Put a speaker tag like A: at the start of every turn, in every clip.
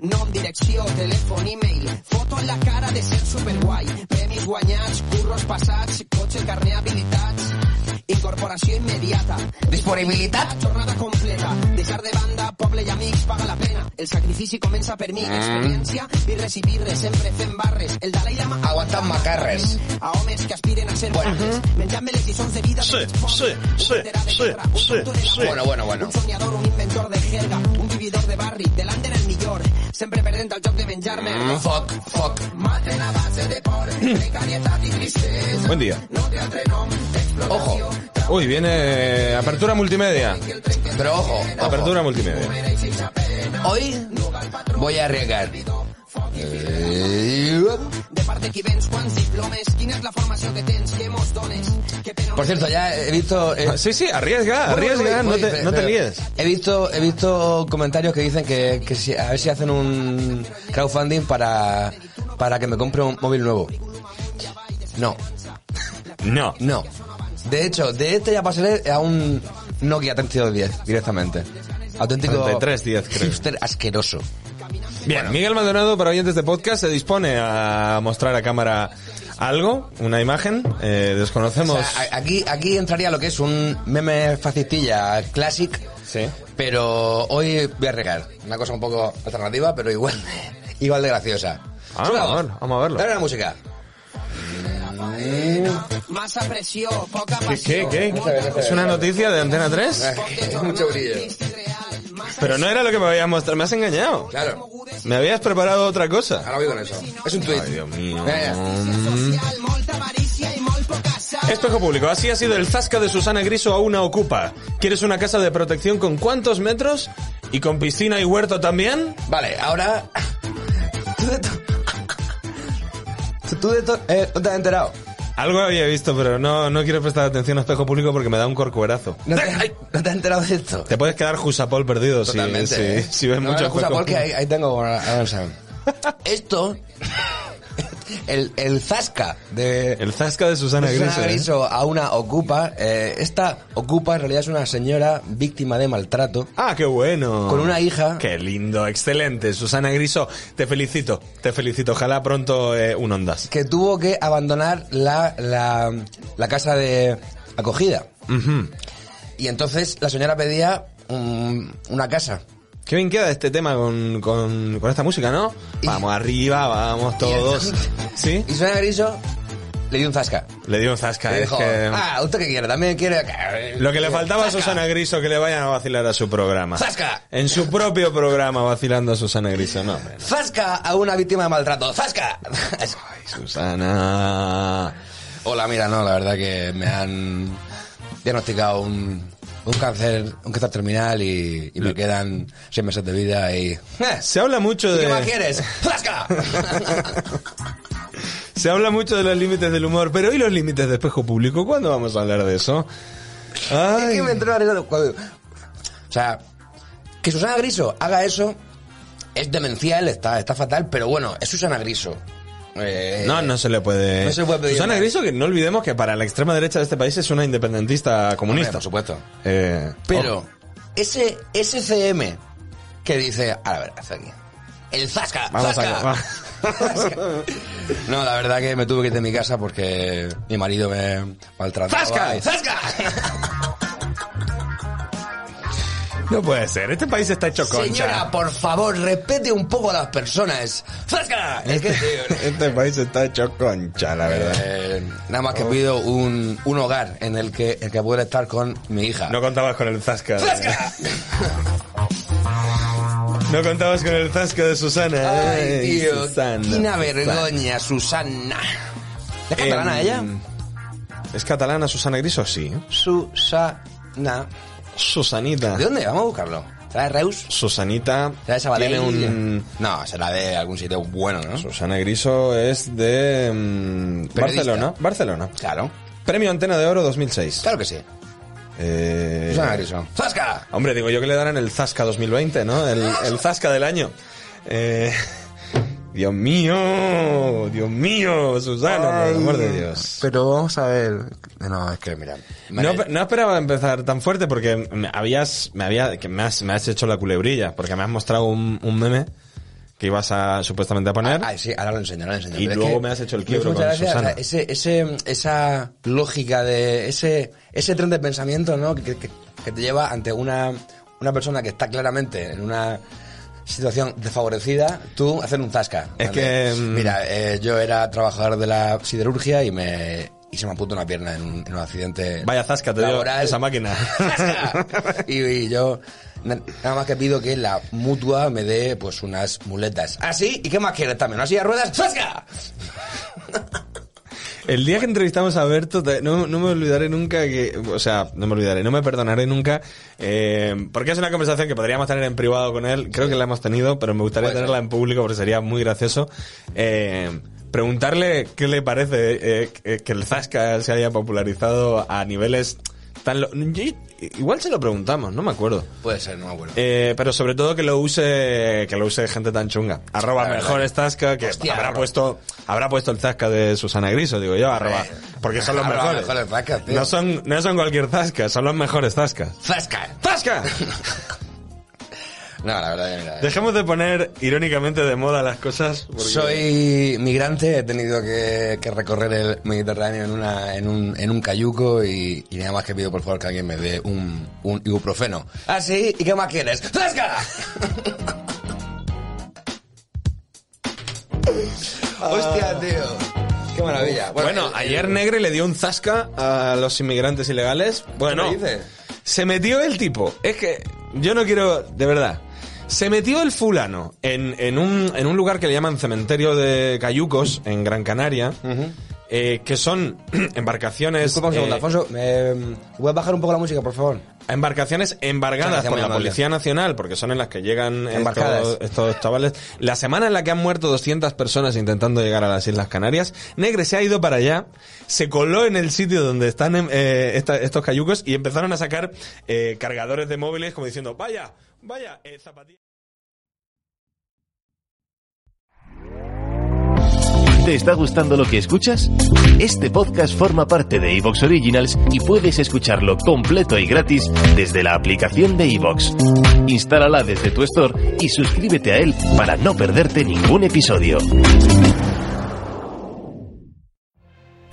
A: Nom, direcció, telèfon, e-mail, foto en la cara de ser superguai, premis guanyats, curros passats, cotxe, carnet habilitats, incorporació immediata, disponibilitat, jornada completa, deixar de banda, poble i amics, paga la pena, el sacrifici comença per mi, experiència, birres i birres, sempre fent barres, el Dalai Lama
B: Aguantant macarres.
A: a homes que aspiren a ser guantes, menjant-me les lliçons de vida
C: Sí,
A: dels pobres,
C: sí,
A: un
C: sí,
A: veterà de
C: sí,
A: guerra, un
C: sí,
A: tonto de la
C: sí.
A: guerra,
B: Bueno, bueno, bueno.
A: un somiador, un inventor de jerga, un vividor de barri, delante era el millor, sempre perdent el joc de menjar-me.
B: Mm, Fuck, fuck.
A: Maten a base de por, precariedad y tristeza.
D: Buen día.
A: No te atrenom,
B: Ojo,
D: Uy, viene eh, apertura multimedia.
B: pero ojo, ojo.
D: Apertura multimedia.
B: Hoy voy a arriesgar. Eh,
A: De parte qui vens, quants diplomes, quina és la formació que tens, que mos dones, que pena...
B: Por cierto, ya he visto... eh,
D: Ah, Sí, sí, arriesga, arriesga,
B: voy,
D: no
B: voy,
D: te,
B: pero-
D: no te
B: pero
D: líes.
B: He visto, he visto comentarios que dicen que, que si- a ver si hacen un crowdfunding para, para que me compre un móvil nuevo. No,
D: No.
B: no. De hecho, de este ya pasaré a un Nokia 3210 directamente. Auténtico...
D: 3310 creo.
B: hipster asqueroso.
D: Bien, Miguel Maldonado, para oyentes de podcast, se dispone a mostrar a cámara algo, una imagen. Eh, desconocemos.
B: O sea, a- aquí, aquí entraría lo que es un meme facistilla classic,
D: Sí.
B: pero hoy voy a regar. Una cosa un poco alternativa, pero igual, igual de graciosa.
D: Ah, vamos a verlo, vamos a verlo.
B: Dale la música.
A: Massa pressió, poca
D: ¿Qué,
A: passió.
D: qué, qué? ¿Es una noticia de Antena 3?
B: Es mucho brillo.
A: Este
D: Pero no era lo que me habías mostrado, me has engañado.
B: Claro,
D: Me habías preparado otra cosa.
B: ahora voy con eso. Es un tweet.
D: Ay, Dios
B: Ah,
D: mío.
A: Social, molta avarícia i molt poca sal.
D: Espejo público, así ha sido el zasca de Susana Griso a una ocupa. ¿Quieres una casa de protección con cuántos metros? ¿Y con piscina y huerto también?
B: Vale, ahora... Tú de to- Tú de to- eh, no te has enterado.
D: Algo había visto, pero no, no quiero prestar atención a espejo público porque me da un corcuerazo.
B: No te, no te has enterado de esto.
D: Te puedes quedar Jusapol perdido si-
B: Totalmente.
D: si,
B: ¿eh?
D: si ves
B: No,
D: mucho
B: no,
D: espejo
B: excusa, porque
D: público.
B: ahí, ahí tengo a Adam Sandler. Esto, el, el zasca de
D: El zasca de Susana
B: Susana
D: Griso. ¿eh?
B: Griso a una ocupa, eh, esta ocupa en realidad es una señora víctima de maltrato.
D: Ah, qué bueno.
B: Con una hija.
D: Qué lindo, excelente. Susana Griso, te felicito, te felicito. Ojalá pronto eh, un Ondas.
B: que tuvo que abandonar la, la, la casa de acogida. Y entonces la señora pedía un- una casa.
D: Qué bien queda este tema con, con, con esta música, ¿no?
B: Y-
D: Vamos arriba, vamos todos. ¿Sí?
B: Y Susana Griso le dio un zasca.
D: Le dio un zasca,
B: Le
D: es
B: dijo,
D: que...
B: ah, ¿usted qué quiere? También quiere...
D: Lo que le faltaba a
B: Zasca.
D: Susana Griso, que le vayan a vacilar a su programa.
B: ¡Zasca!
D: En su propio programa vacilando a Susana Griso, no. hombre.
B: ¡Zasca a una víctima de maltrato! ¡Zasca!
D: Ay, Susana...
B: Hola, mira, no, la verdad que me han diagnosticado un, un cáncer, un cáncer terminal y, y me quedan seis meses de vida y...
D: Se habla mucho
B: ¿Y Eh,
D: de...
B: ¿Qué más quieres? ¡Zasca!
D: Se habla mucho de los límites del humor, pero ¿y los límites de espejo público? ¿Cuándo vamos a hablar de eso?
B: Es
D: Ay,
B: que me entró la risa cuando- O sea, que Susana Griso haga eso es demencial, está, está fatal, pero bueno, es Susana Griso. Eh,
D: no, no se le puede.
B: No se le puede pedir
D: Susana
B: más.
D: Griso, que no olvidemos que para la extrema derecha de este país es una independentista
B: hombre,
D: comunista.
B: por supuesto.
D: Eh,
B: Pero
D: oh,
B: ese, ese CM que dice, a ver, hasta aquí. El Zasca,
D: oh, vamos
B: Zasca.
D: a
B: No, la verdad que me tuve que ir de mi casa porque mi marido me maltrataba.
D: ¡Zasca!
B: y- ¡Zasca!
D: No puede ser, este país está hecho concha.
B: Señora, por favor, respete un poco a las personas. ¡Zasca! Es que, tío,
D: Este país está hecho concha, la verdad.
B: Eh, nada más que pido un, un hogar en el que, el que pueda estar con mi hija.
D: No contabas con el zasca. de-
B: ¡Zasca!
D: No contabas con el zasca de Susana. eh,
B: Ay, tío,
D: Susana,
B: quina
D: Susana.
B: vergoña, Susana. ¿Es catalana
D: Em,
B: ella?
D: ¿Es catalana Susana Griso? Sí.
B: Susana.
D: Susanita.
B: ¿De dónde? Vamos a buscarlo. ¿Será de Reus?
D: Susanita
B: ¿Será de Sabadell?
D: tiene un...
B: No, será de algún sitio bueno, ¿no?
D: Susana Griso es de mm,
B: Periodista.
D: Barcelona. Barcelona.
B: Claro.
D: Premio Antena de Oro 2006.
B: Claro que sí.
D: Eh,
B: Susana Griso. ¡Zasca!
D: Hombre, digo yo que le darán el Zasca 2020, ¿no? El, el Zasca del año. Eh, Dios mío, Dios mío, Susana, por el amor de Dios.
B: Pero vamos a ver. No, es que mira.
D: No, pe- no esperaba empezar tan fuerte porque me habías, me, había, que me, has, me has hecho la culebrilla, porque me has mostrado un, un meme que ibas a supuestamente a poner.
B: Ah, sí, ahora lo enseño, ahora lo enseño.
D: Y
B: Pero es
D: luego
B: que
D: me has hecho el
B: me hizo
D: quiebro
B: mucha
D: con
B: gracia,
D: Susana.
B: o sea, ese, ese- esa lógica de... Ese, ese tren de pensamiento, ¿no? Que, que- que te lleva ante una, una persona que está claramente en una situación desfavorecida, tú hacer un zasca.
D: Es
B: ¿vale?
D: que, mm,
B: Mira, eh, yo era trabajador de la siderurgia y me... Y se me apuntó una pierna en un, en un accidente.
D: Vaya Zasca, te digo,
B: laboral.
D: esa máquina.
B: y, y yo na- nada más que pido que la mutua me dé pues unas muletas. Ah, sí, ¿y qué más quieres también? ¿Una silla de ruedas? ¡Zasca!
D: El día que entrevistamos a Berto, te- no, no me olvidaré nunca que. O sea, no me olvidaré, no me perdonaré nunca. eh, porque es una conversación que podríamos tener en privado con él. Creo que la hemos tenido, pero me gustaría
B: Puede ser.
D: tenerla en público porque sería muy gracioso. Eh, preguntarle qué le parece eh, que- que el Zasca se haya popularizado a niveles tan. lo- Yo- igual se lo preguntamos, no me acuerdo.
B: Puede ser, no me acuerdo.
D: Eh, pero sobre todo que lo use que lo use gente tan chunga. Arroba
B: La verdad.
D: mejor Zasca, que
B: Hostia,
D: habrá
B: arroba.
D: puesto habrá puesto el Zasca de Susana Griso, digo yo, arroba, eh, porque son los
B: Arroba
D: mejores.
B: Ah, mejores zascas, tío.
D: no son no son cualquier Zasca, son los mejores Zascas.
B: ¡Zasca!
D: ¡Zasca!
B: No, la verdad que mira. eh.
D: Dejemos de poner irónicamente de moda las cosas porque-
B: Soy migrante, he tenido que, que recorrer el Mediterráneo en, una, en, un, en un cayuco y, y nada más que pido por favor que alguien me dé un, un ibuprofeno. Ah, sí, ¿y qué más quieres? ¡Zasca! Hostia, tío. Qué maravilla.
D: Ah.
B: eh,
D: Bueno,
B: el-
D: ayer
B: el-
D: Negre le dio un zasca a los inmigrantes ilegales. Bueno,
B: me dices?
D: se metió el tipo. Es que yo no quiero, de verdad. Se metió el fulano en, en un, en un lugar que le llaman cementerio de cayucos, en Gran Canaria, eh, que son embarcaciones...
B: Disculpa un segundo,
D: eh,
B: Alfonso. ¿me- ¿Puedes bajar un poco la música, por favor?
D: Embarcaciones embargadas
B: Gracias,
D: por la
B: muy amable.
D: Policía Nacional, porque son en las que llegan
B: Embarcadas.
D: estos, estos chavales. La semana en la que han muerto 200 personas intentando llegar a las Islas Canarias, Negre se ha ido para allá, se coló en el sitio donde están em, eh, esta- estos cayucos y empezaron a sacar eh, cargadores de móviles como diciendo, vaya, vaya, eh, zapatillas.
E: ¿Te está gustando lo que escuchas? Este podcast forma parte de Evox Originals y puedes escucharlo completo y gratis desde la aplicación de Evox. Instálala desde tu store y suscríbete a él para no perderte ningún episodio.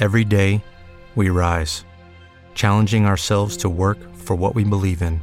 C: Every day, we rise, challenging ourselves to work for what we believe in.